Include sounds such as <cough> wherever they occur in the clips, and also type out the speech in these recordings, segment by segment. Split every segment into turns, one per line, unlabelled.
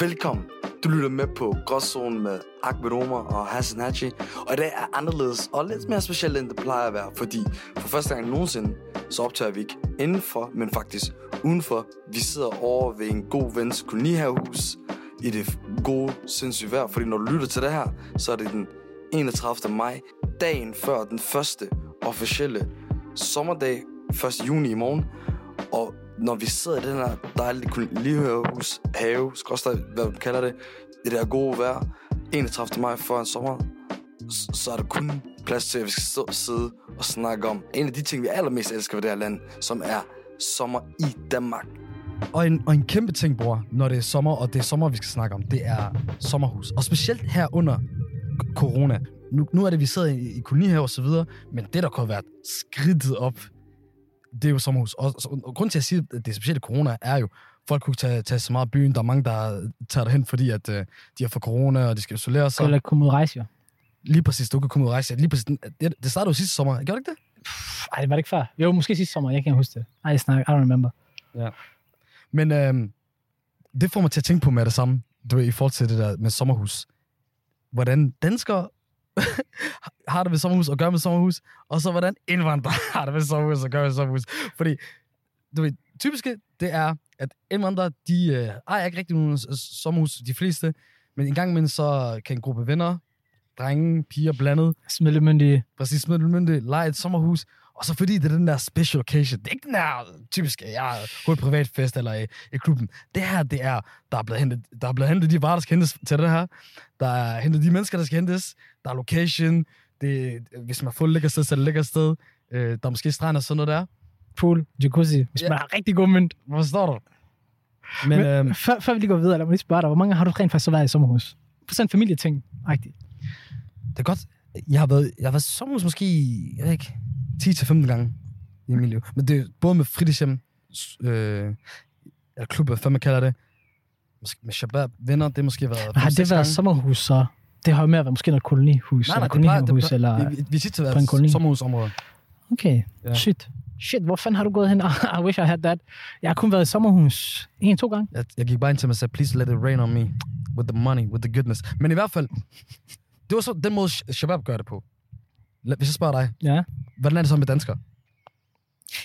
Velkommen. Du lytter med på Gråzonen med Ahmed Omar og Hassan Haji. Og i dag er anderledes og lidt mere specielt, end det plejer at være, fordi for første gang nogensinde, så optager vi ikke indenfor, men faktisk udenfor. Vi sidder over ved en god vens kolonihavehus i det gode sindssyge vejr, fordi når du lytter til det her, så er det den 31. maj, dagen før den første officielle sommerdag, 1. juni i morgen. Og når vi sidder i den her dejlige kolonihørehus, have, skorstræk, hvad man kalder det, i det der gode vejr, 31. maj før en sommer, s- så er der kun plads til, at vi skal stå, sidde og snakke om en af de ting, vi allermest elsker ved det her land, som er sommer i Danmark.
Og en, og en kæmpe ting, bror, når det er sommer, og det er sommer, vi skal snakke om, det er sommerhus. Og specielt her under c- corona. Nu, nu er det, vi sidder i, i kolonihaver og så videre, men det, der kunne have været skridtet op, det er jo sommerhus. Og, og, og grunden til, at jeg siger, at det er specielt corona, er jo, folk kunne tage, tage så meget i byen. Der er mange, der tager derhen, fordi at, øh, de har fået corona, og de skal isolere
Så
sig.
eller komme ud og rejse, jo.
Lige præcis, du kan komme ud og rejse. Lige præcis, det, det startede jo sidste sommer, gjorde det ikke det?
Pff, Ej, det var det ikke før. Jo, måske sidste sommer. Jeg kan ikke huske det. Ej, snak. I don't remember.
Men øh, det får mig til at tænke på med det samme, du ved, i forhold til det der med sommerhus. Hvordan danskere <laughs> har det med sommerhus og gør med sommerhus, og så hvordan indvandrere <laughs> har det med sommerhus og gør med sommerhus. Fordi, du ved, typiske, det er, at indvandrere, de øh, ejer ikke rigtig nogen s- s- sommerhus, øh, de fleste, men en gang imellem, så kan en gruppe venner, drenge, piger blandet,
Altså, Smidlemyndige.
præcis smide det mynde, lege et sommerhus, og så fordi det er den der special occasion, det er ikke den der typiske, jeg er på et privatfest eller i, i, klubben. Det her, det er, der er blevet hentet, der er blevet hentet de varer, der skal hentes til det her. Der er hentet de mennesker, der skal hentes. Der er location. Det, øh, hvis man får et lækker sted, så er det et lækker sted. Øh, der er måske strand og sådan noget der.
Pool, jacuzzi, hvis
Ja.
yeah. man har rigtig god mønt.
Hvor står du? Men,
Men-
øhm,
Før, før vi lige går videre, lad mig lige spørge dig, hvor mange har du rent faktisk så været i sommerhus? På sådan en familieting, rigtigt.
det er godt. Jeg har været, jeg har været i sommerhus måske, jeg ved ikke, 10-15 gange i mit liv. Men det er både med fritidshjem, s- øh, eller klub, hvad fanden man kalder det, måske med shabab, venner, det har måske været
Har det været sommerhus så? Det har jo mere været måske noget kolonihus,
Nej,
nej,
nej,
nej, eller
det plejer- det
kolonihus,
plejer-
eller...
Vi, vi, vi tit har
på en koloni?
været sommerhusområder.
Okay,
Ja.
ja. shit. Shit, hvor fanden har du gået hen? <laughs> I wish I had that. Jeg har kun været i sommerhus en, to gange.
Jeg, jeg gik bare ind til mig og sagde, please let it rain on me. With the money, with the goodness. Men i hvert fald, det var så den måde, sh- shabab gør det på. Lad- Hvis jeg spørger dig,
Ja.
hvordan er det så med danskere?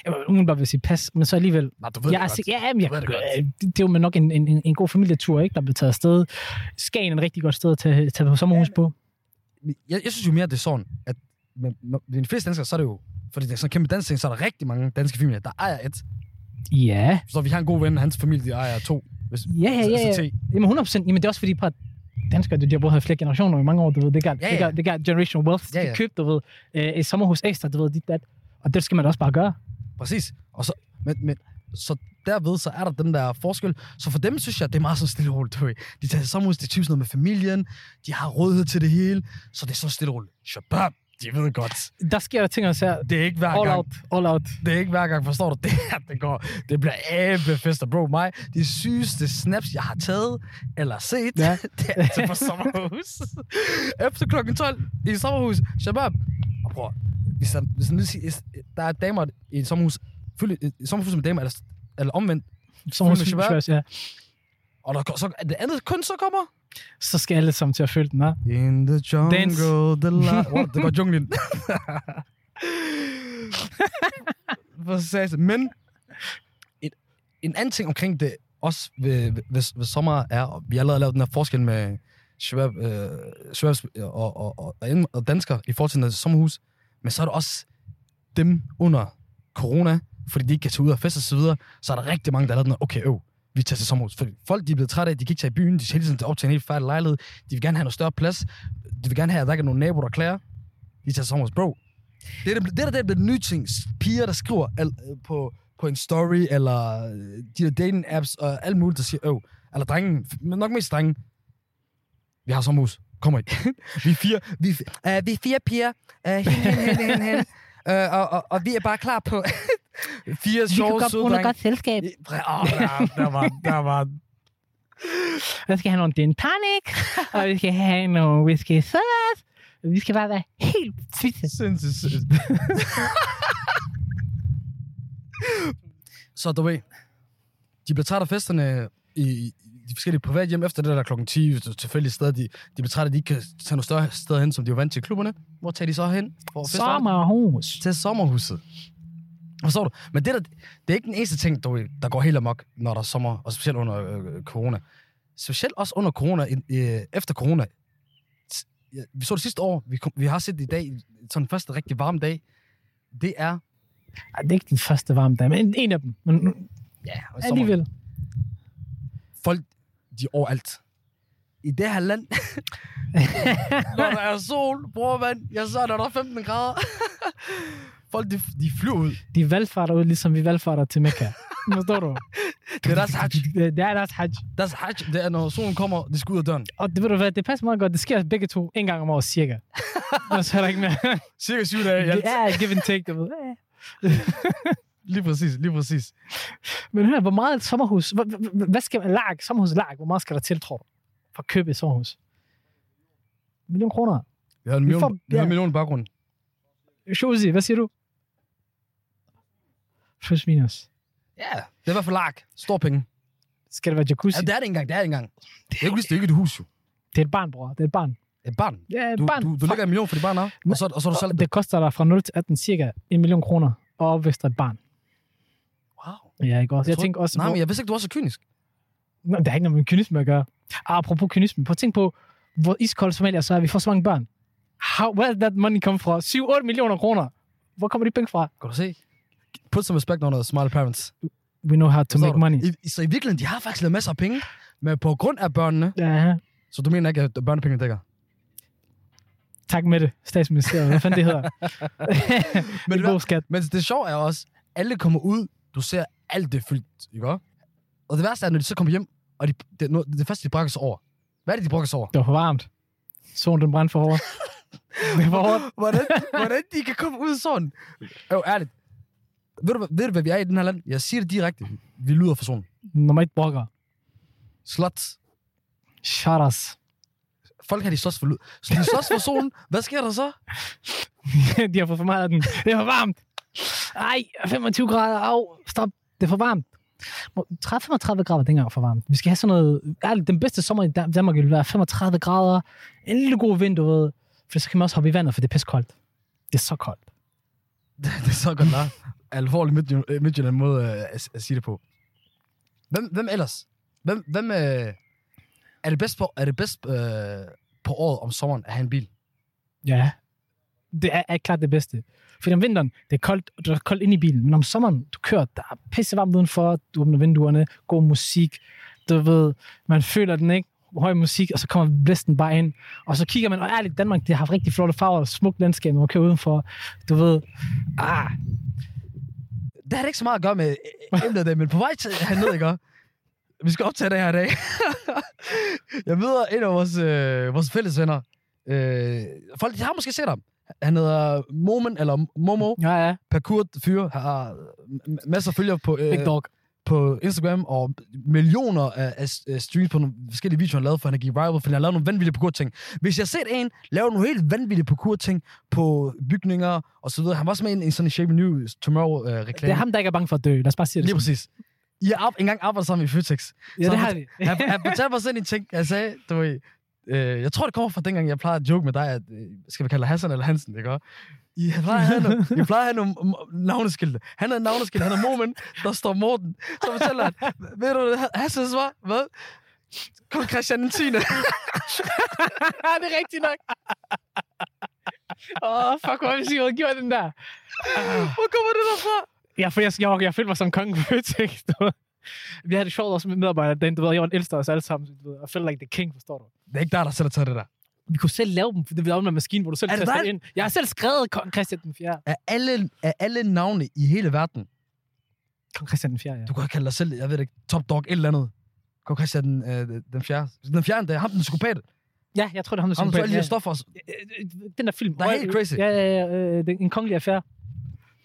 Jeg var bare vil sige pas, men så alligevel,
Nej, du ved
jeg
det
er
godt.
sig- ja, men jeg,
Du ved det altså?
det, det, var nok en, en, en- en god familietur, ikke? der blev taget afsted. Skagen er et rigtig godt sted at tage, tage på sommerhus på.
jeg, jeg synes jo mere, det er sådan, at men, når, ved de fleste danskere, så er det jo, fordi det er sådan en kæmpe dansk ting, så er der rigtig mange danske familier, der ejer et.
Ja,
Så vi har en god ven, hans familie, de ejer to. Altså, Hvis,
ja, ja. ja,
Så,
ja.
så
Jamen 100 procent. Jamen det er også fordi, par danskere, de har boet her i flere generationer i mange år, du ved. Det gør,
Ja,
det gør,
ja.
det gør generational wealth.
Ja,
Ja,
ja.
ja. De købte, du ved, øh, et sommerhus ekstra, du ved, dit dat. Og det skal man da også bare gøre.
præcis. Og så, men, men, så derved, så er der den der forskel. Så for dem synes jeg, det er meget sådan stille og roligt. Du ved. De tager til sommerhus, det er typisk noget med familien, de har rådighed til det hele, så det er så stille og roligt. Shabab, de ved godt.
Der sker der ting også her.
Det er ikke hver
All
gang.
out, all out.
Det er ikke hver gang, forstår du <laughs> det her, det går. Det bliver æble fester, bro. Mig, de sygeste snaps, jeg har taget eller set, ja.
Ja.
<laughs> det er altså på sommerhus. <laughs> Efter klokken 12 i sommerhus, shabab. Og prøv, hvis der, hvis der, nu siger- hvis der er damer i et sommerhus, fyldt i et sommerhus med damer, eller, eller omvendt,
Sommerhus,
Fuld med shabab.
shabab. ja.
og der, så, det andet kun så kommer.
Så skal alle sammen til at følge den, her.
In the jungle,
Dance.
the light. <laughs> Wow, det var junglen. For satan. Men et, en anden ting omkring det, også ved, ved, ved, ved sommer, er, og vi har allerede lavet den her forskel med shabab, øh, shababs, og, og, og, og, ind- og danskere i forhold til noget sommerhus, men så er der også dem under corona, fordi de ikke kan tage ud og feste osv., så, så er der rigtig mange, der har lavet den her, okay, øv, vi tager til sommerhus. Fordi folk de er blevet trætte af, de kan ikke tage i byen, de skal hele tiden op til en helt færdig lejlighed, de vil gerne have noget større plads. De vil gerne have, at der ikke er nogen naboer, der klager. De tager sommerhus. Bro, det, er det, det, der, det er blevet nye ting. Piger, der skriver al, øh, på, på en story, eller øh, de der dating apps, og alt muligt, der siger, øv. Eller drengen, f- men nok mest drengen. Vi har sommerhus. Kommer I? <laughs> vi er fire. Vi, uh, vi er fire piger. Uh, hen, hen, hen, hen, hen. Uh, og, og, og, vi er bare klar på <laughs> fire sjove, søde drenge.
selskab.
Åh, der, der, var, der var
Jeg skal have nogle gin tonic, og vi skal have nogle whisky sauce. Vi skal bare være helt fitte.
sindssygt sødt. så du ved, de bliver trætte af festerne i, i de forskellige private hjem efter det der klokken 10, hvis det er tilfældige steder, de, de bliver trætte, at de ikke kan tage nogle større steder hen, som de er vant til i klubberne. Hvor tager de så hen? For at feste?
Sommerhus.
Til sommerhuset. Forstår du? Men det, der, det er ikke den eneste ting, du, ved, der går helt amok, når der er sommer, og specielt under øh, corona. Specielt også under corona, øh, efter corona. S- ja, Vi så det sidste år, vi, kom, vi har set det i dag, sådan den første rigtig varme dag. Det er...
Ej, det er ikke den første varme dag, men en af dem. Men
Ja, og
alligevel.
folk, de er overalt. I det her
<laughs>
land, når der er sol, bror mand, jeg så er der nok 15 grader. <laughs> folk, de, de flyver ud.
De valgfarter ud, ligesom vi valgfarter til Mekka. Forstår du?
Det er deres hajj.
Det er deres hajj.
Deres hajj, det er, når solen kommer, de skal ud af døren.
Og det ved du hvad, det passer meget godt. Det sker begge to en gang om året cirka. Og så er der ikke mere.
Cirka syv dage. i alt.
Det er give and take, du ved. Ja.
Lige præcis, lige præcis.
Men hør, hvor meget sommerhus, hva- hva- hva- hvad skal man, lag, sommerhus lag, hvor meget skal der til, tror du, for at købe et sommerhus? En million kroner.
Vi har en
Vi
million,
får-
vi har
ja.
en million i baggrunden.
Shozi, hvad siger du? Plus minus.
Ja. Det er i hvert fald lark. Stor penge.
Skal det være jacuzzi?
Ja,
Ja, det,
det er det ikke engang, det er det ikke engang. Det er ikke, det er ikke et hus, jo.
det er et barn, bror. Det er et barn.
Et barn.
Ja, et
Du,
barn.
du, du lægger en million for dit barn, af, og så, og så er du selv...
Og det koster dig fra 0 til 18 cirka en million kroner at opvækste et barn.
Wow.
Ja, ikke også? Jeg,
tror-
tænker også,
Nej,
hvor-
men jeg vidste ikke, du var så kynisk.
Nå, det har ikke noget med kynisme at gøre. Ah, apropos kynisme, prøv at tænke på, hvor iskold Somalia så er, vi får så mange børn. How, where did that money come from? 7-8 millioner kroner. Hvor kommer de penge fra?
Kan du se? Put some respect on the smart parents.
We know how to
Forstår
make
du?
money.
I, i- så i virkeligheden, de har faktisk lavet masser af penge, men på grund af børnene,
Ja,
så du mener ikke, at børnepengene dækker?
tak med det, statsministeriet. Hvad fanden det hedder?
Men
Men
det
det
var-
god skat.
Men det sjove er også, alle kommer ud, du ser alt det fyldt, ikke også? Og det værste er, når de så kommer hjem, og de, det, nu- det første, de brokker sig over. Hvad er det, de brokker sig over?
Det var for varmt. Solen den brændte for hårdt. Det var hårdt.
<laughs> Hvordan, hvordan de kan komme ud sådan? Jo, ærligt. Ved du, hvad- ved du, hvad vi er i den her land? Jeg siger det direkte. Vi lyder for solen.
Når man ikke brokker.
Slots.
Shut us. <laughs>
Folk har de slås for lyd. Så de slås for solen. Hvad sker der så?
de har fået for meget af den. Det er for varmt. Ej, 25 grader. Au, stop. Det er for varmt. Må- 30 35 grader dengang var for varmt. Vi skal have sådan noget... Ærligt, den bedste sommer i Dan- Danmark ville være 35 grader. En lille god vind, du ved. For så kan man også hoppe i vandet, for det er pissekoldt. Det er så koldt.
Det, det er så godt nok alvorlig Midtjylland, øh, Midtjylland måde øh, at, at sige det på. Hvem, hvem ellers? Hvem, hvem øh, er det bedst, på, er det bedst øh, på året om sommeren at have en bil?
Ja. Det er, er klart det bedste. Fordi om vinteren, det er koldt, og det er koldt ind i bilen. Men om sommeren, du kører, der er pisse varmt udenfor, du åbner vinduerne, god musik, du ved, man føler den ikke, høj musik, og så kommer blæsten bare ind. Og så kigger man, og ærligt, Danmark, det har haft rigtig flotte farver og smukt landskab, når man kører udenfor. Du ved, ah,
Det har det ikke så meget at gøre med øh, emnet i dag, men på vej til herned, ikke? også? Vi skal optage det her i dag. <laughs> Jeg møder en af vores, øh, vores fælles venner. Øh, folk, de har måske set ham. Han hedder Momen, eller Momo.
ja, ja,
Parkour fyr har øh, m- masser af følgere på, øh,
big dog.
på Instagram, og millioner af, af, af streams på nogle forskellige videoer, han lavede, for han gik viral, fordi han lavede nogle vanvittige parkour-ting. Hvis jeg har set en lave nogle helt vanvittige parkour-ting på bygninger og så videre, han var også med i en, en sådan Shape New Tomorrow-reklame. Øh,
Det er
reklame.
ham, der ikke er bange for at dø. Lad os bare sige det.
Lige præcis. I har op- engang arbejdet sammen i Føtex.
Ja, det har vi.
Han, han fortalte mig sådan en ting, jeg sagde, du ved, øh, jeg tror, det kommer fra dengang, jeg plejede at joke med dig, at, øh, skal vi kalde dig Hassan eller Hansen, ikke også? I plejede at have nogle, I plejede at have nogle m- navneskilte. Han havde navneskilte, han havde Moment, der står Morten. Så fortæller han, ved du, hvad Hassans var, hvad? Kom Christian den
<laughs>
10.
Ja, det er rigtigt <laughs> nok. Åh, oh, fuck, hvor har vi sikkert gjort den der.
Hvor kommer det derfra?
Ja, for jeg, jeg, jeg følte mig som kongen på Føtex. du ved. Vi havde det sjovt også med medarbejdere. Den, du ved, jeg var den ældste af os alle sammen. Du ved, og felt like the king, forstår du?
Det er ikke dig, der selv har taget det der.
Vi kunne selv lave dem, for det var med maskinen, hvor du selv
Er det
tastede
dig?
ind. Jeg har selv skrevet kong Christian den 4.
Af alle, af alle navne i hele verden,
Kong Christian den 4, ja.
du kunne have kaldt dig selv, jeg ved det ikke, top dog, et eller andet. Kom Christian den, øh, den fjerde. Den fjerde, det er ham, den psykopat.
Ja, jeg tror, det er ham, der synger
Ham, der tog
på
alle de
den.
her stoffer. og så-
Ja, øh, Den der film.
Der er helt crazy.
Ja, ja, ja. øh, det er En kongelig affære.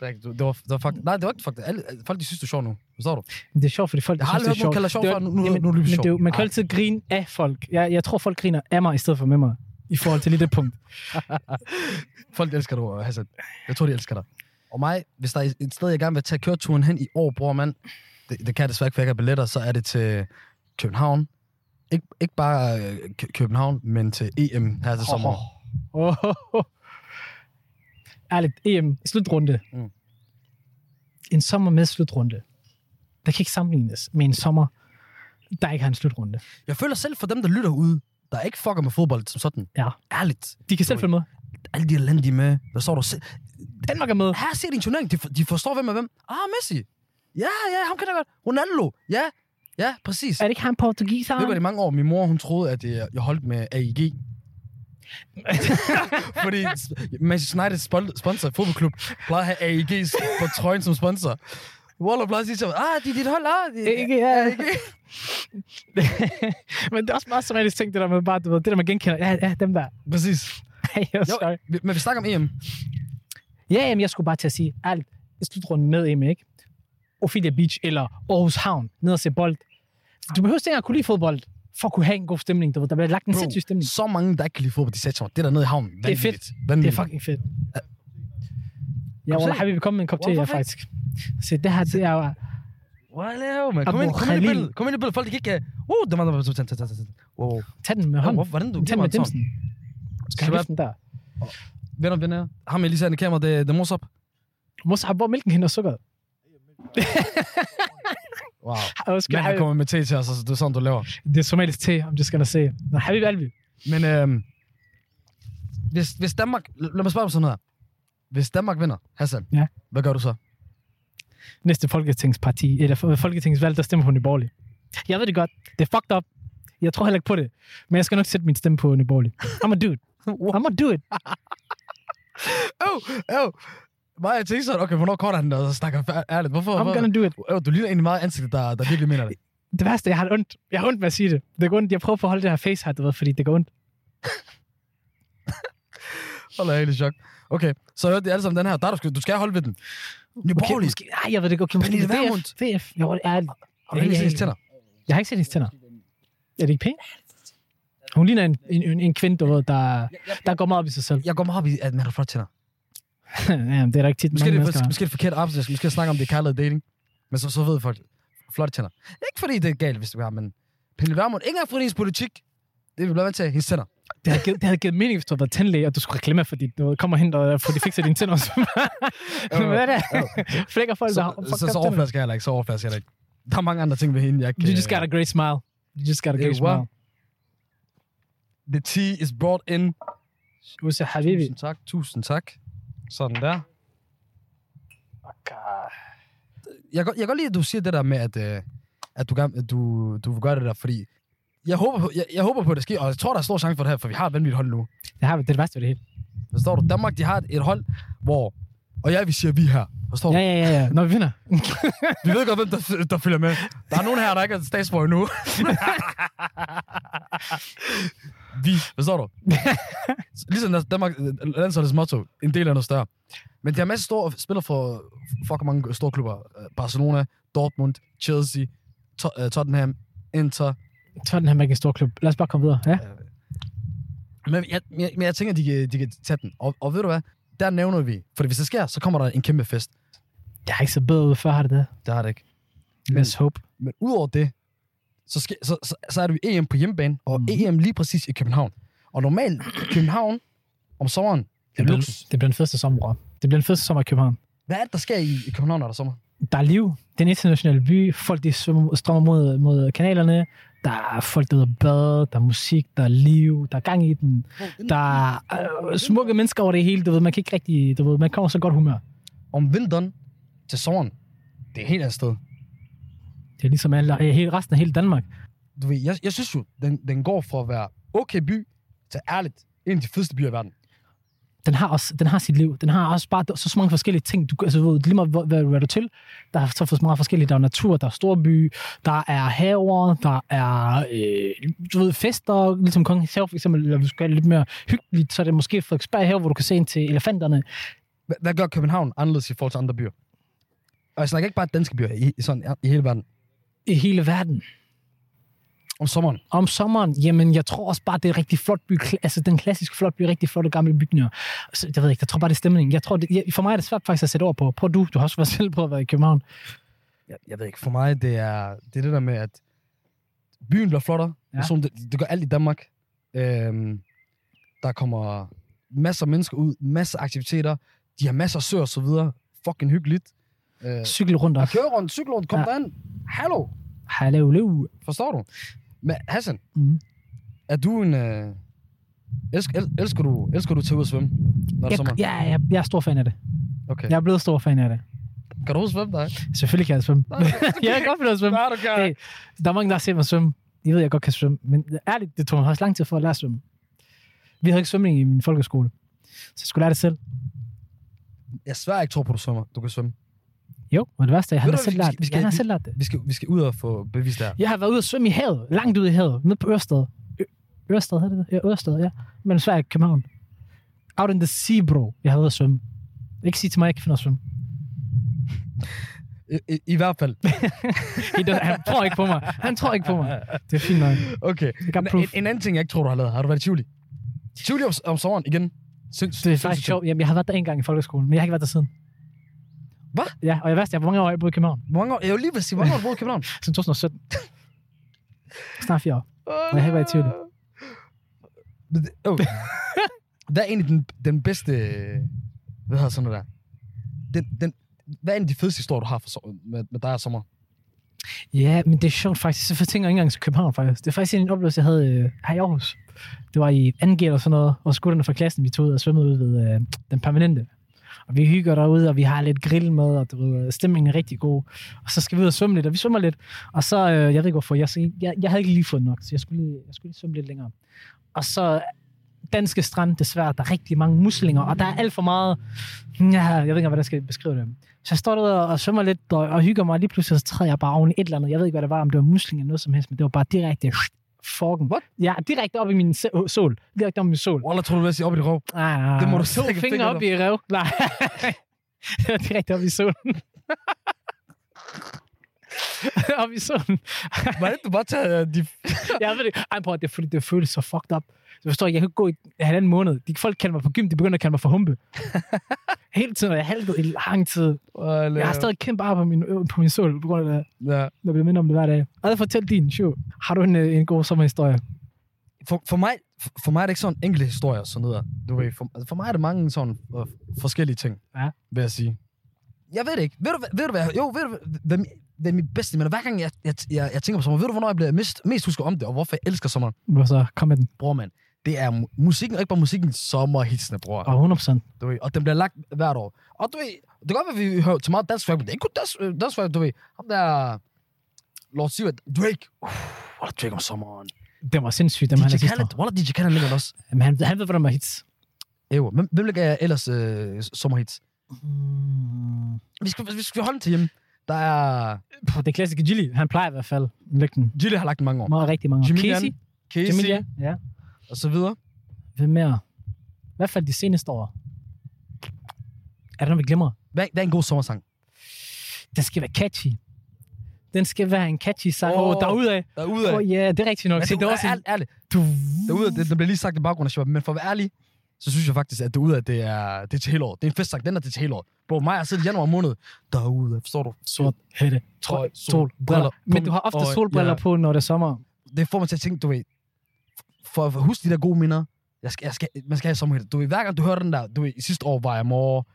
Det, er ikke- det var, det var fuck, nej, det var ikke fuck. det. Alle, folk, de synes, du er sjov nu. Forstår du?
Men det er sjovt, fordi folk
Jeg har aldrig
synes, det
hørt nogen kalde dig sjov
Det
før.
var-
Nu, nu,
Jamen,
nu er
men
det
det er
sjov.
jo, man kan
Ej,
altid grine af folk. Jeg, jeg tror, folk griner af mig i stedet for med mig. I forhold til lige det punkt.
Folk elsker dig, øh, Hassan. Jeg tror, de elsker dig. Og mig, hvis der er et sted, jeg gerne vil tage køreturen hen i år, bror mand, det, det kan jeg desværre ikke, for jeg ikke har billetter, så er det til København, Ikke, ikke bare øh, Kø- København, men til EM her til sommer. Oh.
Oh. Oh. <laughs> Ærligt, EM, slutrunde.
Mm.
Mm. En sommer med slutrunde. Der kan ikke sammenlignes med en sommer, der ikke har en slutrunde.
Jeg føler selv for dem, der lytter ude, der ikke fucker med fodbold som sådan.
Ja.
Ærligt.
De kan selv
Ui.
følge med.
Alle de her lande, de er med. Hvad står du selv?
Danmark er med.
Her ser de en turnering. De, for, de forstår, hvem er hvem. Ah, Messi. Ja, ja, ham kender jeg godt. Ronaldo. Ja, ja, præcis.
Er det ikke ham portugiser?
Det var det i mange år. Min mor, hun troede, at jeg, jeg holdt med AIG. <laughs> Fordi Manchester United spon- sponsor, fodboldklub, plejer at have AIG på trøjen som sponsor. Waller plejer at sige til mig, ah, de er dit hold, ah, de,
Ikke, ja. <laughs> Men det er også meget somatisk ting, det der med bare, du ved, det der man genkender. Ja, ja, dem der.
Præcis.
Hey, jeg er
Jo,
sorry.
vi- men vi snakker om E EM.
Ja, jamen, jeg skulle bare til at sige, alt slutrunden med EM, ikke? Ophelia Beach eller Aarhus Havn, ned og se bold. Du behøver ikke engang at kunne lide fodbold, for at kunne have en god stemning. Du ved, der bliver lagt en
Bro,
sindssyg stemning.
Så mange, der ikke kan lide fodbold, de sætter sig over. Det der nede i havnen.
er fedt.
Vanvittigt.
Det er
Vanvittigt.
fucking fedt.
Kom
Ja,
selv.
Wallah, har vi kommet med en kop te,
Hvorfor
ja,
ikke?
faktisk. Se, det her, det er jo...
Hvad laver man? Kom
Abu
ind, kom ind i
Khalil.
billedet. Kom ind i billedet. Folk, de kan ikke... øh, Uh, det var... Wow. Wow.
Tag den med
Wow,
hånden.
hvor- Hvordan du
Tag den
giver
med
mig en
dimsen.
sådan?
Skal
Shabab.
have den der.
Venner, venner. Ham, jeg lige sagde i kameraet, det, det er Mosop.
Mos har hvor er mælken hen og sukkeret.
Wow.
Og skal
Men han
have-
kommer med te til os, altså, det er sådan, du laver.
Det er somalisk te, om du skal da se. Nå, Habib Alvi.
Men øhm, hvis, hvis Danmark... Lad mig spørge om sådan noget her. Hvis Danmark vinder, Hassan,
Ja.
hvad gør du så?
næste folketingsparti, eller for- folketingsvalg, der stemmer på Nye Borgerlige. Jeg ved det godt. Det er fucked up. Jeg tror heller ikke på det. Men jeg skal nok sætte min stemme på Nye Borgerlige. I'm a dude. I'm a dude.
Øv, øv. Mig, jeg tænkte sådan, okay, hvornår korter han, og så snakker fær- ærligt. Hvorfor?
I'm gonna do it.
hvor- Øv, du ligner egentlig meget ansigtet, der, der virkelig mener det.
Det værste, jeg har det ondt. Jeg har ondt med at sige det. Det går ondt. Jeg prøver at holde det her face her, du ved, fordi det går ondt.
Hold da, jeg er helt i chok. Okay, så hørte de alle sammen den her. Der, er du, skal, du skal holde ved den. Nye
Okay,
Borgerlige.
måske, ej, jeg ved det ikke. Okay, måske
Pernille
det er
Vermund.
DF. DF. Jo, det er,
Har du egentlig set hendes tænder?
jeg har ikke set hendes tænder. Er det ikke pænt? Hun ligner en, en, en, en kvinde, du ved, der, der går meget op i sig selv. <laughs>
Jeg går meget op i, at man har flot tænder.
Jamen, det er der ikke tit
Måske
mange
det,
mennesker.
er,
har.
måske det er forkert arbejdsplads. Måske jeg snakker om det er kærlighed og dating. Men så, så ved folk, flotte tænder. Ikke fordi det er galt, hvis du har, men Pernille Vermund, ikke engang fordi hendes politik, det vil blive vant til, hendes tænder.
Det havde, givet, det havde givet mening, hvis du havde været tandlæge, og du skulle reklame for dit, du kommer hen og får de fikset dine tænder. og
<laughs>
så- Hvad er det? Flækker folk, der har
Så,
fucked
så,
up
så
tænder.
overflasker jeg heller ikke, så overflasker jeg heller ikke. Der er mange andre ting ved hende, jeg kan...
You just got a great smile. You just got a
Hey,
great
what?
smile.
The tea is brought in.
Usa Habibi.
Tusind tak, tusind tak. Sådan der. Jeg kan, godt- jeg kan godt lide, at du siger det der med, at, øh, at du, gerne- at du, du vil gøre det der, fordi jeg håber, på, jeg, jeg håber på, at det sker, og jeg tror, der er stor chance for det her, for vi har et vanvittigt hold nu.
Det, har, vi- det er det værste ved det hele.
Forstår du? Danmark, de har et, et hold, hvor... Og jeg vil sige, at vi er her. Forstår du?
Ja, ja, ja, ja. Når vi vinder.
Vi ved godt, hvem der, der følger med. Der er nogen her, der ikke er statsborger endnu. <laughs> vi, forstår du? ligesom deres- Danmark, øh, landsholdets motto, en del af noget større. Men der er masser af store spillere for fucking mange store klubber. Øh, Barcelona, Dortmund, Chelsea, To- øh, Tottenham, Inter.
Tottenham er ikke en stor klub. Lad os bare komme videre. Ja?
Men jeg, jeg, men jeg tænker, de kan, de kan tage den. Og, og ved du hvad? Der nævner vi. For hvis det sker, så kommer der en kæmpe fest.
Jeg har ikke så bedre ud før, har det det?
Det har det ikke.
Let's hope.
Men udover det, så, skal, så, så, så er det jo EM på hjemmebane, og mm.
Mhm.
EM lige præcis i København. Og normalt København om sommeren, det
Det
er
bliver,
luksus.
det bliver den første sommer. bror. Det bliver den første sommer i København.
Hvad er det, der sker i, i København, når der er sommer?
der er liv. Det er en international by. Folk, de svømmer- strømmer mod, mod kanalerne. Der er folk, der er bade. Der er musik. Der er liv. Der er gang i den. Der er øh, smukke mennesker over det hele. Du ved, man kan ikke rigtig... Du ved, man kommer så godt humør.
Om vinteren til sommeren, det er et helt andet sted.
Det er ligesom alle, øh, hele resten af hele Danmark.
Du ved, jeg, jeg synes jo, den, den går fra at være okay by til ærligt en af de fedeste byer i verden.
Den har, også, den har sit liv. Den har også bare så, så mange forskellige ting. Du, kan- altså, du ved, lige meget, hvor- hvad, hvad du er til, der er så meget forskellige. Der er natur, der er storby, der er haver, der er øh, du ved, fester, ligesom Kongens Have for eksempel, eller hvis du skal have det lidt mere hyggeligt, så er det måske Frederiksberg Have, hvor du kan se ind til elefanterne.
Hvad, hvad gør København anderledes i forhold til andre byer? Og jeg snakker ikke bare danske byer i, i, sådan, i hele verden.
i hele verden.
Om sommeren.
Om sommeren, jamen, jeg tror også bare, det er rigtig flot by, kla- altså den klassiske flot by, rigtig flotte gamle bygninger. Så, jeg ved ikke, jeg tror bare, det er stemningen. Jeg tror, det, jeg, for mig er det svært faktisk at sætte ord på. Prøv du, du har også været selv på at være i København.
jeg, jeg ved ikke, for mig det er det, er det der med, at Byen bliver flottere.
Ja.
Ja. Sådan, det, det gør alt i Danmark. Øhm, der kommer masser af mennesker ud, masser af aktiviteter. De har masser af søer og så videre. Fucking hyggeligt. Øh,
Cykel rundt
og
og...
køre rundt, cykle rundt, kom ja.
Ja.
derind. Hallo,
Hallo, løv.
forstår du? Men Hassan,
Mhm.
er du en... Øh, elsk, el, elsker, du, elsker du at tage ud og svømme, når det er
Jeg,
sommer?
ja, jeg, jeg er stor fan af det.
Okay.
Jeg er blevet stor fan af det.
Kan du huske, hvem der er?
Selvfølgelig kan jeg svømme. jeg kan godt finde ud af at svømme.
<laughs> Nej, du kan.
Hey, der er mange, der har set mig svømme. De ved, jeg godt kan svømme. Men ærligt, det tog mig også lang tid for at lære at svømme. Vi havde ikke svømning i min folkeskole. Så jeg skulle lære det selv.
Jeg svær ikke tror på, du svømmer. Du kan svømme.
Jo, og det værste er, at han
Ved
har
du,
selv
vi skal-
lært
vi
det.
skal-
Han har
vi-
selv lært det.
Vi skal, vi skal ud og få bevis der.
Jeg har været ude og svømme i havet. Langt ude i havet. Nede på Ørsted. Ø- Ørsted hedder det? Ja, Ørsted, ja. Mellem Sverige og København. Out in the sea, bro. Jeg har været ude at svømme. Ikke sige til mig, at jeg ikke finder at svømme.
I, i, i hvert fald.
Han tror ikke på mig. Han tror
<laughs>
ikke på mig. Det er fint nok.
Okay.
Jeg kan
En,
proof.
en, en anden ting, jeg ikke tror, du har lavet. Har du været i Tivoli? Tivoli om, om sommeren igen? Sinds,
Det er faktisk sjovt. Jamen, jeg har været der en gang i folkeskolen, men jeg har ikke været der siden.
Hvad?
Ja, og jeg vidste, jeg har mange år jeg boede i København.
Mange år, jeg vil lige vil sige, mange år har du boet i
<laughs>
København.
Siden 2017. Snart fire år. jeg har ikke været i Tivoli.
Men det- Okay. <laughs> Hvad er egentlig den, den bedste... Hvad hedder sådan noget der? Den, den, hvad er en af de fedeste historier, du har for, so- med, med dig og sommer?
Ja, men det er sjovt faktisk. Så tænker jeg ikke engang til København faktisk. Det er faktisk en oplevelse, jeg havde øh, her i Aarhus. Det var i 2. G eller sådan noget, og skutterne fra klassen, vi tog ud og svømmede ud ved øh, den permanente. Og vi hygger derude, og vi har lidt grill med, og du ved, øh, stemningen er rigtig god. Og så skal vi ud og svømme lidt, og vi svømmer lidt. Og så, øh, jeg ved ikke hvorfor, jeg, jeg, jeg havde ikke lige fået nok, så jeg skulle, lige- jeg skulle lige svømme lidt længere. Og så danske strand, desværre, der er rigtig mange muslinger, og der er alt for meget, ja, jeg ved ikke, engang, hvordan jeg skal beskrive det. Så jeg står derude og svømmer lidt og, og hygger mig, og lige pludselig så træder jeg bare oven i et eller andet. Jeg ved ikke, hvad det var, om det var musling eller noget som helst, men det var bare direkte forken.
What?
Ja, direkte op i min se- åh, sol. Direkte op i min sol.
Wallah, tror du, du vil sige op i det
<laughs>
rov?
Ah,
Det må du selv
Fingre
fingre
op i rev. Nej. <laughs> det var direkte op i solen. <laughs> op i solen.
Hvordan du bare tager de...
Jeg ved det. Ej, prøv, at det, er fordi, det føles så fucked up. Du forstår, jeg kan ikke gå i halvanden måned. De folk kalder mig for gym, de begynder at kalde mig for
<laughs>
humpe. Hele tiden, og jeg haltet i lang tid. Jeg har stadig kæmpe ar på min, ø- på min sol, på grund af det.
Ja.
Jeg bliver mindre om det hver dag. Og fortæl din, Shu. Har du en, øh, en god sommerhistorie?
for, for, mig, for- for mig er det ikke sådan enkelte historier og sådan noget. der. Du ved, for, altså for mig er det mange sådan øh, forskellige ting,
Ja.
vil jeg sige. Jeg ved det ikke. Ved du, hvad- ved du hvad? Jo, ved du, hvad- hvad, mi- hvad min bedste minder? Hver gang jeg, jeg, jeg, jeg tænker på sommer, ved du, hvornår jeg bliver mest, mest husker om det, og hvorfor jeg elsker sommer?
Hvor så? Kom med den.
Bror, mand. Det er mu- musikken, og ikke bare musikken, sommerhitsene, bror.
Og 100%.
Du ved, og den bliver lagt hvert år. Og du ved, det kan godt være, at vi hører til meget dansk rap, men det er ikke kun dansk, øh, dansk rap, du ved. Ham der... Lord Sivert, Drake. Uh, Wallah, Drake om sommeren.
Det var sindssygt, dem han
DJ
er sidste
Khaled,
år.
Wallah, DJ Khaled ligger der også.
Men han, han ved, hvordan man hits.
Evo. Hvem, hvem ligger jeg ellers øh, sommerhits?
Mm.
Vi skal, vi skal holde den til hjemme. Der er...
Pff, Det er klassiske Gilly. Han plejer i hvert fald. Læg den.
Gilly har lagt den mange år.
Meget rigtig mange. år.
Jamilian.
Casey.
Casey
Jamilian. Ja.
og så videre.
Hvem mere? I hvert fald de seneste år. Er der noget, vi glemmer?
Hvad, hvad er en god sommersang?
Den skal være catchy. Den skal være en catchy sang.
Åh,
Åh, oh, derudad.
Derude
Åh, ja, det er rigtigt nok.
Men
Se,
det,
det er også en...
ærligt, ærligt.
Du...
Derude, det, det bliver lige sagt i baggrunden, Shabab, men for at være ærlig, så synes jeg faktisk, at derude, at det er, det er til hele året. Det er en festsang, den er til hele året. Bro, mig har siddet i januar måned. Derude, forstår du?
Sort hætte.
Trøj,
Trøj,
sol,
sol,
briller,
briller. Men
punkt,
du har ofte
og-
solbriller
ja.
på, når det er sommer.
Det får mig til at tænke, du ved, for, for husk de der gode minder. Jeg skal, jeg skal, man skal have sommerhit. Du ved, hver gang du hører den der, du ved, sidste år var jeg mor,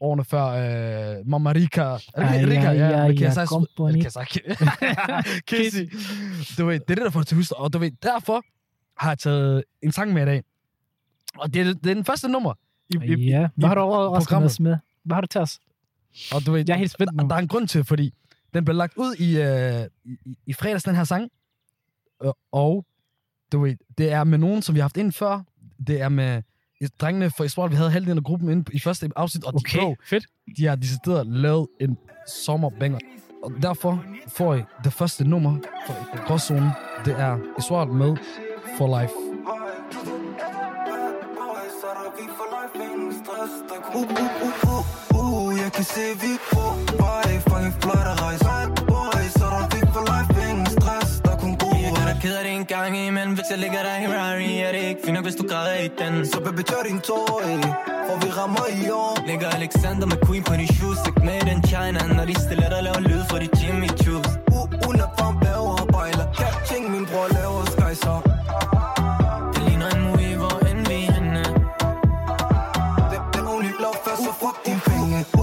årene før, øh, Mamma Rika. Er det
Ej,
ikke Rika?
ej,
Ja,
ej,
med
ja,
Kazaj-
kom på
eller
ni. <laughs>
Kazaj- Kizzy. Du ved, det er det, der får det til at huske. Og du ved, derfor har jeg taget en sang med i dag. Og det er, det er den første nummer. I, i, i,
Ja. Hvad har du overrasket
programmet.
os med? Hvad har du til os?
og du ved,
Jeg er helt spændt nu.
der er en grund til, fordi den blev lagt ud i, øh, i- i, i fredags, den her sang. Øh, Og du ved, det er med nogen, som vi har haft ind før. Det er med drengene fra Esport. Vi havde halvdelen af gruppen inde i første afsnit, og de,
Okay,
bro,
fedt.
de har decideret lavet en sommerbanger. Og derfor får I det første nummer fra Gråzonen. Det er Esport med For Life.
Uh, uh, uh, uh, uh, jeg kan se, vi er på vej. Fucking flot at rejse. Bad boy, så der fik for life. Ingen stress, der er kun god
Jeg gør dig ked af det en gang imellem Hvis jeg lægger dig i Ferrari Er det ikke fint nok, hvis du græder i den
Så baby, kør din tog, ey. For vi rammer i år.
Lægger Alexander McQueen på din shoes Sagt med den China Når de stiller dig laver lyd fra de Jimmy Choo's
Uh, uh, lad farm bære og bejle. Catching min
Uh,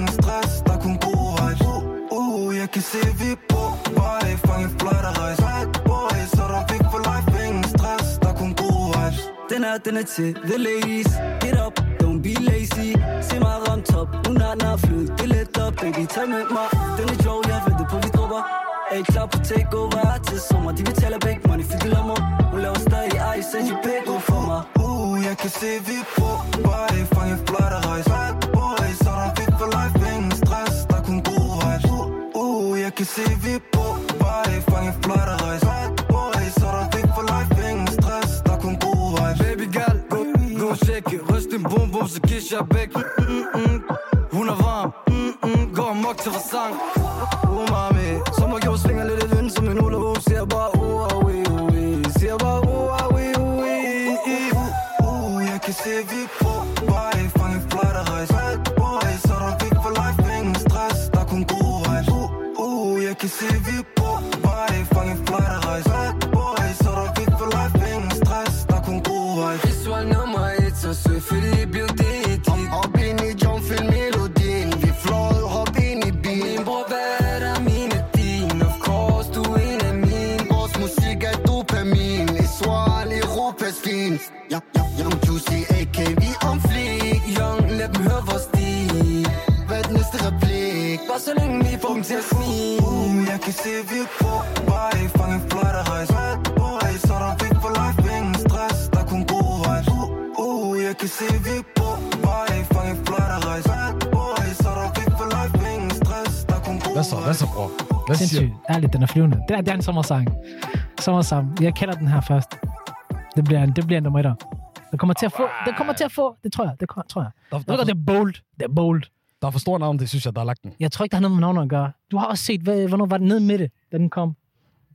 Uh, her, den er til the ladies Get up, don't be lazy Se mig ramt top, hun har nær flød Det er let op, baby, tag med mig Den er sjov, jeg venter på, vi dropper Er I klar på takeover her til sommer? De betaler begge money, fik de lommer Hun laver stadig ice, send you pæk for mig
Uh, jeg kan se, vi er på vej Fange flot og rejse Bad boy, så der er fedt for life Ingen stress, der er kun god rejs Uh, uh, jeg kan se, vi er på vej Fange flot og rejse Bad boy, så der er fedt for life Ingen stress, der er kun god rejs
Baby girl, gå, gå og tjekke Ryst din bum bum, så kiss jeg væk Mm-mm. Hun er varm Mm-mm. Gå og mok til vores sang Oh mami Sommerkjole svinger lidt i vinden som en hula hoop Siger bare oh ah oui oh oui Siger bare oh ah oui oh oui
Uh, jeg kan se, vi er på vej Fange flot og rejse Bad boy, så der er fedt for life Ingen stress, der er kun god rejs Uh, uh, jeg kan se, vi er på vej Fange flot og rejse Bad boy, så der er fedt for life Ingen stress, der er kun god rejs
Visual nummer et, så selvfølgelig blev det et hit Op ind i John, find melodien Vi flåede, hop ind i bil Min bror, hvad er der mine din? Of course, du er en af mine Vores musik er dopamin Israel, Europas fin Ja, ja, Young Juicy, AK, vi om flik Young, lad dem høre vores stil Hvad er den næste replik? Bare så længe vi får dem til at snige
Boom, Uh, jeg kan se, vi er på vej Fange flot og rejse Bad boy, så der er fedt for life Ingen stress, der er kun god rejs Uh, uh, jeg kan se, vi er på vej Fange flot og rejse Bad boy, så der er fedt for life Ingen stress, der er kun god
Hvad så, hvad så, bror? Hvad siger
Sindssygt. Ærligt, den er flyvende. Det er, det er en sommersang. Sommersang. Jeg kender den her først. Det bliver en, det bliver en nummer etter. Den kommer til at få, den kommer til at få, det tror jeg, det kommer- tror jeg.
der,
Jeg ved
der,
godt,
der,
det er bold. Det er bold.
der er for stor navn, det synes jeg, der er lagt den.
Jeg tror ikke, der har noget med navnet at gøre. Du har også set, hvad, hvornår var den nede med det, da den kom.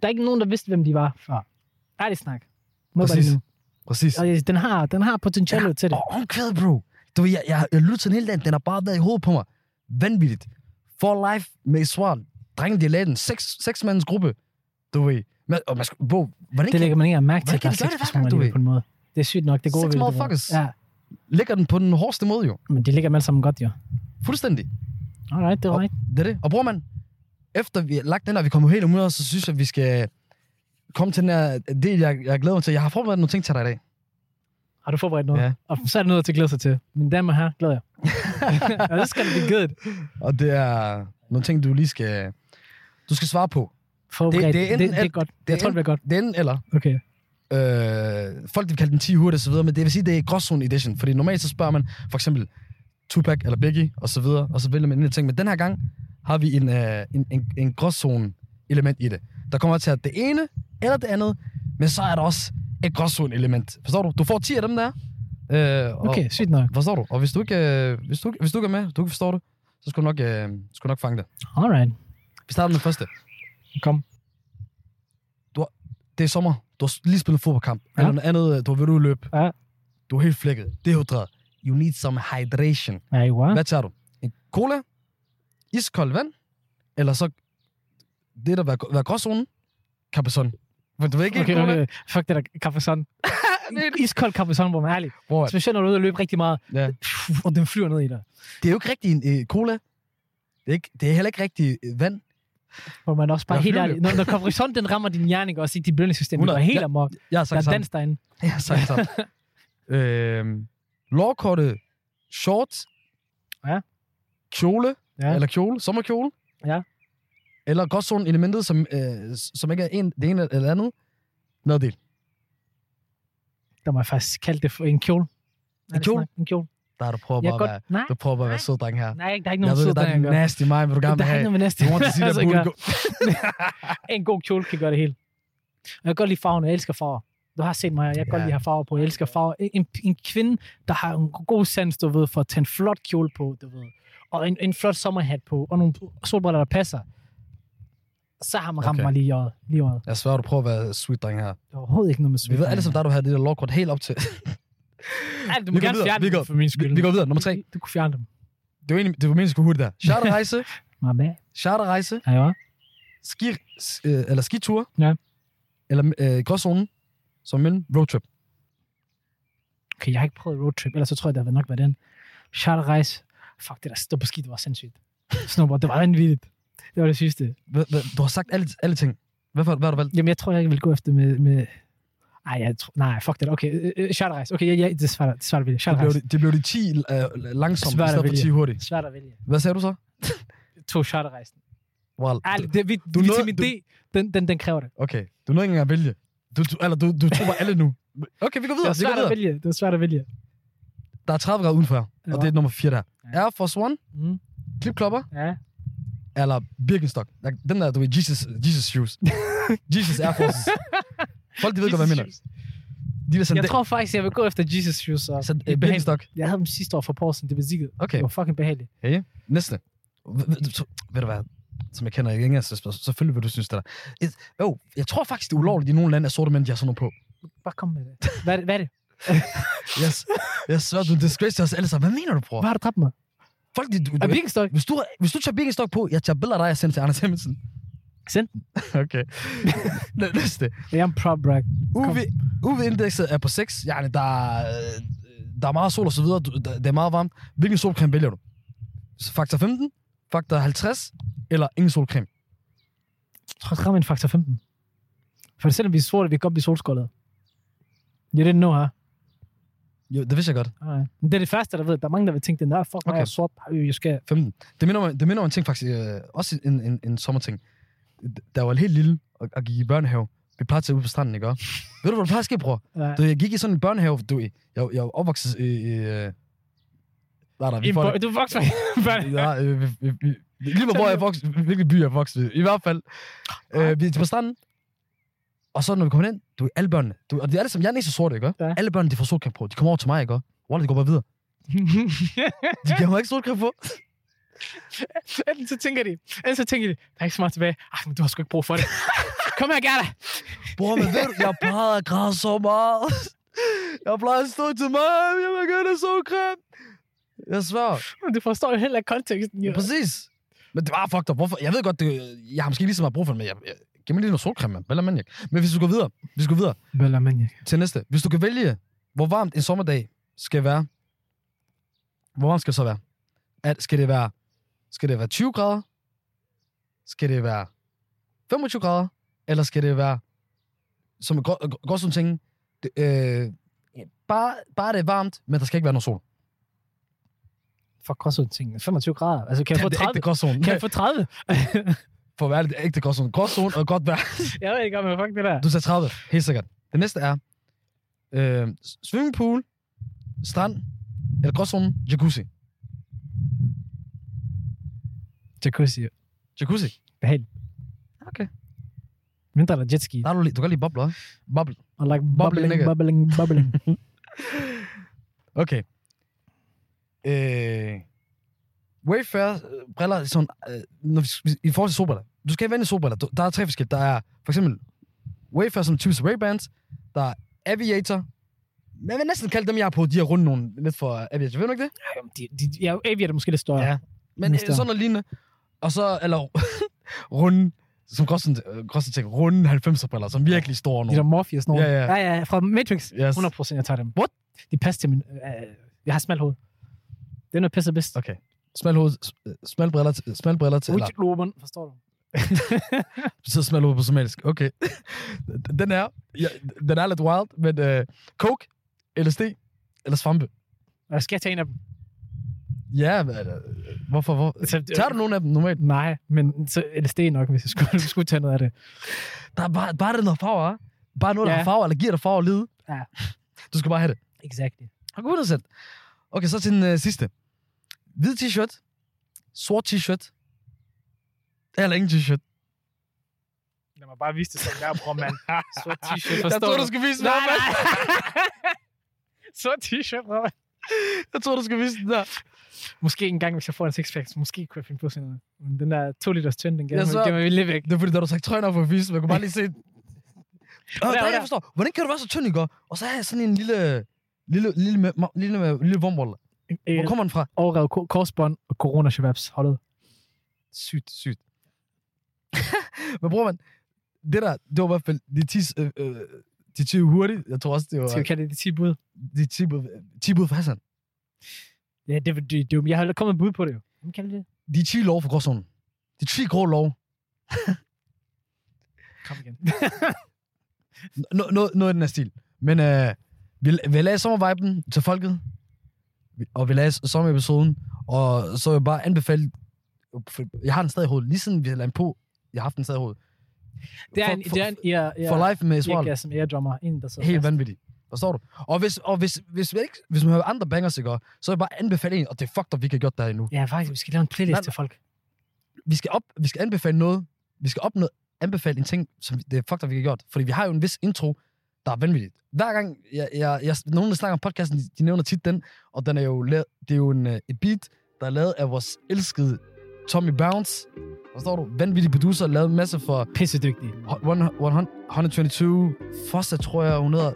Der er ikke nogen, der vidste, hvem de var før. Ærligt snak. Må
Præcis.
bare nu.
Præcis.
Og øh, den har, den har potentiale ja. til det.
Og omkvædet, bro. Du, ved, jeg, jeg, jeg lyttede til den hele dagen. Den har bare været i hovedet på mig. Vanvittigt. For Life med Israel. Drengen, de lavede en seks, seks mands gruppe. Du ved. Men, og man skal, bro, hvordan
Det lægger man ikke engang mærke til,
Hvordan
at der
kan
er
de gøre
seks
det hver
personer
gang, du
alligevel
ved?
på en måde. Det er sygt nok, det går
Seks
ved. det, bro.
motherfuckers.
Ja,
ligger den på den hårdeste måde, jo?
men de ligger dem alle sammen godt, jo.
Fuldstændig.
Alright, det er
Og-
right.
Det er det. Og bror, man, efter vi har lagt den her, vi kommer helt om så synes jeg, vi skal komme til den her del, jeg, jeg glæder mig til. Jeg har forberedt nogle ting til dig i dag.
Har du forberedt noget?
Ja.
Og så er der noget til at glæde sig til. Mine damer og herrer, glæder
<laughs>
jeg. ja, det skal det blive gødt.
Og det er nogle ting, du lige skal... Du skal svare på.
Forberedt. Det,
det er
det, det,
enten-
det, er godt. Det, jeg tror, det
enten-
bliver godt.
Det er enten eller.
Okay.
øh, folk de kalder den 10 hurtigt og så videre, men det vil sige, det er gråzone edition, fordi normalt så spørger man for eksempel Tupac eller Biggie og så videre, og så vælger man en af ting, men den her gang har vi en, øh, en, en, en gråzone element i det. Der kommer til at det ene eller det andet, men så er der også et gråzone element. Forstår du? Du får 10 af dem der. Øh, og,
Okay, sygt nok.
Forstår du? Og hvis du ikke, øh, hvis du, ikke- hvis du ikke er med, du ikke forstår det, så skal du nok, øh, skal du nok fange det.
Alright.
Vi starter med den første.
Kom.
det er sommer, du har lige spillet en fodboldkamp,
Ja.
ja. eller noget andet, øh, du har været ude at løbe.
Ja.
Du er helt flækket, dehydreret. You need some hydration.
Ja, I var.
Hvad tager du? En cola, iskold vand, eller så det, der var, var gråzonen, Capesson. For du ved ikke,
Okay,
cola.
okay, fuck det der
<laughs>
kaffesan. Iskold kaffesan, hvor man er ærlig.
Bror,
Specielt når du er ude og løbe rigtig meget,
ja.
Puh, og den flyver ned i dig.
Det er jo ikke rigtig en øh, cola. Det er, ikke, det er heller ikke rigtig øh, vand.
Hvor man også bare
Ja,
helt
flyvende.
ærlig. Når, når kaffesan, den rammer din hjerne, ikke også i dit belønningssystem. Det går
100.
helt
Ja,
amok.
Jeg har
Der
sagt
er
sammen.
dans derinde.
Jeg har <laughs> sagt sammen. øhm, lårkorte, short,
Ja.
kjole,
Ja.
ja. eller kjole, sommerkjole.
Ja.
Eller gråzonen elementet, som, øh, som ikke er en, det ene eller andet. Noget del.
Der må jeg faktisk kalde det for en kjole. Er det
kjole?
sådan? En kjole.
Der er du prøver
Jeg
bare
er
at
godt.
være,
Nej,
du prøver bare at være
Nej.
sød dreng her.
nej, der er ikke
jeg
nogen
ved,
sød,
der er en nasty mig, vil du gerne
Der
vil
er ikke
have.
noget med næste.
Du
<laughs>
må til sige,
Altså,
der burde
gør-
gå.
en god kjole kan gøre det helt. Og jeg kan godt lide farverne. Jeg elsker farver. Du har set mig, jeg kan godt
Ja.
lide at have farver på. Jeg elsker farver. En- En, en kvinde, der har en god sans, du ved, for at tage en flot kjole på, du ved. Og en, en flot sommerhat på, og nogle solbriller, der passer. Så har man ramt
Okay.
mig lige i øjet. Lige i øjet.
Jeg svær, du prøver at være sweet dreng her.
Det er overhovedet ikke noget med
Vi
sweet.
ved alle sammen, der du har det der lårkort helt op til.
Ej, du
Vi
må
går
gerne
videre,
fjerne
vi
dem
går-
for min
Vi,
skyld.
vi går videre. Nummer tre.
Du, du kunne fjerne dem.
Det var egentlig, det var meningen, skulle hurtigt der.
<laughs>
Charterrejse.
My bad.
Charterrejse.
Ja, jo.
ski, s- øh, eller skitur,
Ja.
eller øh, gråzonen, som mellem roadtrip.
Okay, jeg har ikke prøvet roadtrip, ellers så tror jeg, det havde nok været den. Charterrejse. Fuck, det der stå på ski, det var sindssygt. Snowboard, det var vanvittigt. Det var det sygeste.
Hva- hva- Du har sagt alle, alle ting. Hvad, for- hvad har du valgt?
Jamen, jeg tror, jeg vil gå efter med... med Nej, jeg tror, nej, fuck det. Okay, øh, øh, charterrejse. Okay, ja, ja, det svarer, det svarer vildt.
Det blev,
Charterrejse.
de- det blev de 10 uh, langsomt,
Svært
i
at
stedet for
vælge.
10 hurtigt.
Svært at vælge.
Hvad sagde du så?
To charterrejsen.
Well,
Ærligt, det, vi,
du
du
nåede-
vitamin
du-
D, den, den, den kræver det.
okay, du nåede ikke engang at vælge. Du, du, eller du, du tog bare alle nu. Okay, vi går
Det
videre.
er
Vi går
svært at
videre.
vælge. Det er svært at vælge.
Der er 30 grader udenfor, og det er nummer 4 der.
Ja.
Air Force One,
Mm.
klipklopper,
Ja.
eller Birkenstock. Like, Den der, du ved, Jesus, Jesus
<laughs>
shoes. Jesus Air Forces. Folk, de ved godt, hvad jeg mener. De der
Jeg
sandal,
tror faktisk, jeg vil gå efter Jesus shoes. Og
sand,
det er behageligt.
øh, Birkenstock.
Jeg havde dem sidste år for Porsen, det besikket.
Okay.
Det var fucking behageligt.
Næste. Ved- ved- så- Ved du hvad? Som jeg kender ikke engang, så så selvfølgelig vil du synes det der. Et- Jo, jeg tror faktisk, det er ulovligt i nogle lande, at sorte mænd, de har sådan noget på.
Bare kom med det. Hvad, er det- hvad er det?
Yes. Jeg svær, du disgracer os alle sammen. Hvad mener du, bror?
Hvad har du dræbt mig?
Folk, de, du,
Er
du,
Birkenstock?
hvis, du, hvis du tager Birkenstock på, jeg tager billeder af dig, jeg sender til Anders Hemmelsen.
Send den.
<laughs> Okay. Næ- Næste.
Jeg er en prop brag.
UV, UV-indekset er på 6. Yani, der, er, øh, der er meget sol og så videre. Du- der- Det er meget varmt. Hvilken solcreme vælger du? Så Faktor 15, faktor 50 eller ingen solcreme?
Jeg tror, jeg rammer en faktor 15. For selvom vi er sorte, vi kan godt blive solskoldet. You didn't know, her.
Jo, det vidste jeg godt.
Huh? Men det er det første, der ved. Der er mange, der vil tænke, den der fuck, okay.
Okay.
jeg er sort. Øh, Jeg skal...
15. Det minder mig, det minder mig om en ting faktisk, øh, også en, en, en sommerting. Der var helt lille og, og gik i børnehave. Vi plejede at tage ud på stranden, ikke også? Ved du, hvad der plejede at ske, bror?
Uh,
Du, jeg gik i sådan en børnehave, du, jeg, jeg er opvokset i... i øh, nej, nej, vi får det.
du er <laughs> vokset med
Ja, øh, vi, vi, vi, lige med, hvor jeg er vokset, hvilken by jeg er vokset i. I hvert fald, øh, vi er på stranden. Og så når vi kommer ind, du alle børnene, du, og de er alle sammen, jeg er den eneste sorte, ikke? også?
Ja.
Alle børnene, de får solcreme på. De kommer over til mig, ikke? også? Wallah, de går bare videre. De giver mig ikke solcreme på.
Enten så tænker de, enten så tænker de, der er ikke så meget tilbage. Ej, men du har sgu ikke brug for det. <laughs> Kom her, Gerda.
Bror, men ved du, jeg plejede at græde så meget. Jeg plejede at stå til mig, jeg vil gerne have solcreme. Jeg svær.
Du forstår jo heller ikke konteksten.
Ja.
jo.
Præcis. Men det var fucked up. Hvorfor? Jeg ved godt, det, jeg har måske lige så meget brug for det, men jeg, jeg, giv mig lige noget solcreme, mand. Bella Maniac. Men hvis du går videre, hvis du går videre
Bella Maniac.
til næste. Hvis du kan vælge, hvor varmt en sommerdag skal være, hvor varmt skal det så være? At, skal det være? Skal det være 20 grader? Skal det være 25 grader? Eller skal det være, som er godt, godt som ting, det, øh, bare, bare det er varmt, men der skal ikke være noget sol.
Fuck, gråsund ting. 25 grader. Altså, kan jeg få
det er
30?
ægte gråzone.
Kan jeg få 30?
For at være ærlig, det er ægte gråzone. Gråzone og godt vejr.
jeg ved ikke, om jeg fuck det der.
Du sagde 30, helt sikkert. Det næste er øh, swimmingpool, strand, eller gråzone, jacuzzi.
Jacuzzi.
Jacuzzi.
Behageligt.
Okay.
Mindre der jetski.
Der er du, lige- du kan lige bobler, ikke? Boble.
Og like
Bubbling,
bubbling,
ikke?
bubbling, bubbling. <laughs>
Okay. Øh, Wayfair øh, briller, er sådan, øh, når vi, i forhold til solbriller. Du skal vende solbriller. Du, der er tre forskellige. Der er for eksempel Wayfair, som er typisk Ray-Bans. Der er Aviator. Man vil næsten kalde dem, jeg har på, de er rundt nogle lidt for øh, Aviator. Ved du ikke det?
Jamen, de, de, de, ja, Avi er det måske lidt større.
Ja. Men øh,
Næste år.
sådan noget lignende. Og så, eller <laughs> runde, som Grossen, øh, Grossen tænker, runde 90'er briller, som virkelig står nu.
De der Morpheus nogen.
Ja, ja.
ja, ja. Fra Matrix.
Yes.
100 procent, jeg tager dem. What? De passer til min... Øh, jeg har smalt hoved. Det er noget pisser bedst.
Okay. Smal hoved, s- øh, smal briller, til- øh, smal briller til, eller,
Widget forstår du?
så smal hoved på somalisk. Okay. <laughs> den er, ja, den er lidt wild, men øh, coke, LSD, eller svampe.
Jeg skal jeg tage en af dem.
Ja, men, øh, hvorfor, hvor?
Så, øh,
Tager du nogen af dem normalt?
Nej, men så LSD nok, hvis jeg skulle, <laughs> skulle tage noget af det.
Der er bare, bare det noget farver, hva'? Bare noget, der
Ja.
har farver, eller giver dig farver og lide.
Ja.
<laughs> Du skal bare have det.
Exakt.
Har gået selv. Okay, så til den øh, sidste. Hvid t-shirt, sort t-shirt, eller ingen t-shirt.
Lad mig bare vise det som der, bror,
<laughs>
mand. Sort t-shirt,
Jeg tror, du skulle vise den
Nej,
der, mand.
nej. <laughs> Sort t-shirt, bror, mand.
Jeg tror, du skulle vise den der.
Måske en gang, hvis jeg får en sixpack, så måske kunne jeg finde på sådan noget. Men den der 2 liters tynd, den
Jeg
gemmer
svær-
gemmer vi lige væk.
Det er fordi, da du sagde trøjen op for vise, man kunne bare lige se den. Øh,
der,
der, jeg
der.
forstår. Hvordan kan du være så tynd i går? Og så har jeg sådan en lille... Lille, lille, lille, lille, lille, lille vormbolle. Hvor kommer den fra?
Overrevet ko- korsbånd og corona shababs holdet.
Sygt, sygt. Men bror, man, det der, det var i hvert fald de 10, øh, øh, de 20 hurtigt. Jeg tror også, det var
Skal vi kalde det de 10 bud?
de 10 bud, 10 bud for Hassan.
Ja, det, det, det, det jeg har kommet med bud på det jo. Hvem kalder det?
de 10 lov for gråzonen. De 10 grå lov.
Kom igen.
Nå, nå, noget i den her stil. Men øh, vi, vi lagde sommerviben til folket, og vi lagde sommerepisoden, og så vil jeg bare anbefale, for jeg har den stadig i hovedet, lige siden vi lagde den på, jeg har haft den stadig i hovedet.
<laughs> Det er en,
for, for,
det er en ear, ear,
for life med Israel.
eargasm, eardrummer, en, der sidder
Helt
fast.
vanvittigt. Forstår du? Og hvis, og hvis, hvis, vi ikke, hvis man hører andre bangers, ikke, også, så vil jeg bare anbefale en, og det er fucked up, vi ikke har gjort det her endnu.
Ja, faktisk, vi skal lave en playlist
Nej,
til folk.
Vi skal, op, vi skal anbefale noget, vi skal op noget, anbefale en ting, som vi- det er fucked up, vi ikke har gjort. Fordi vi har jo en vis intro, der er vanvittigt. Hver gang, jeg, jeg, jeg, nogen, der snakker om podcasten, de, de nævner tit den, og den er jo lavet, det er jo en, øh, et beat, der er lavet af vores elskede Tommy Bounce. Forstår du? Vanvittig producer, lavet en masse for
Pissedygtige.
122 Foster, tror jeg, hun hedder.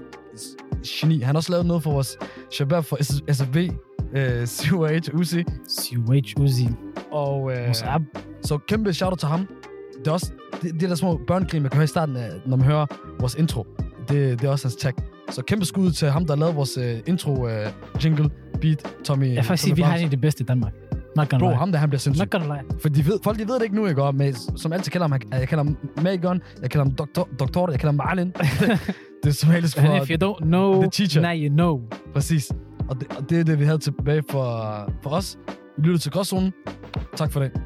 Geni. Han har også lavet noget for vores Shabab for SFB, øh, CUH, Uzi.
CUH Uzi.
Og øh,
Vores app.
så kæmpe shout til ham. Det er også det, det er der små børnegrin, man kan høre i starten, af, når man hører vores intro. Det, det er også hans tag. Så kæmpe skud til ham, der lavede vores øh, intro øh, jingle beat, Tommy.
Jeg vil faktisk
Tommy
sige, vi har
Bounce.
en af de bedste i Danmark. Not gonna
Bro,
lie.
ham der, han bliver sindssyg.
Not gonna lie.
For de ved, folk de ved det ikke nu, ikke? Og Med, som altid kalder ham, han- jeg kalder ham Magon, jeg kalder ham doktor, doktor jeg kalder ham
<laughs>
Marlin. det er somalisk
And if
for...
you don't know,
the teacher.
now you know.
Præcis. Og det, og det er det, vi havde tilbage for, for os. Vi lyttede til Gråzonen. Tak for det.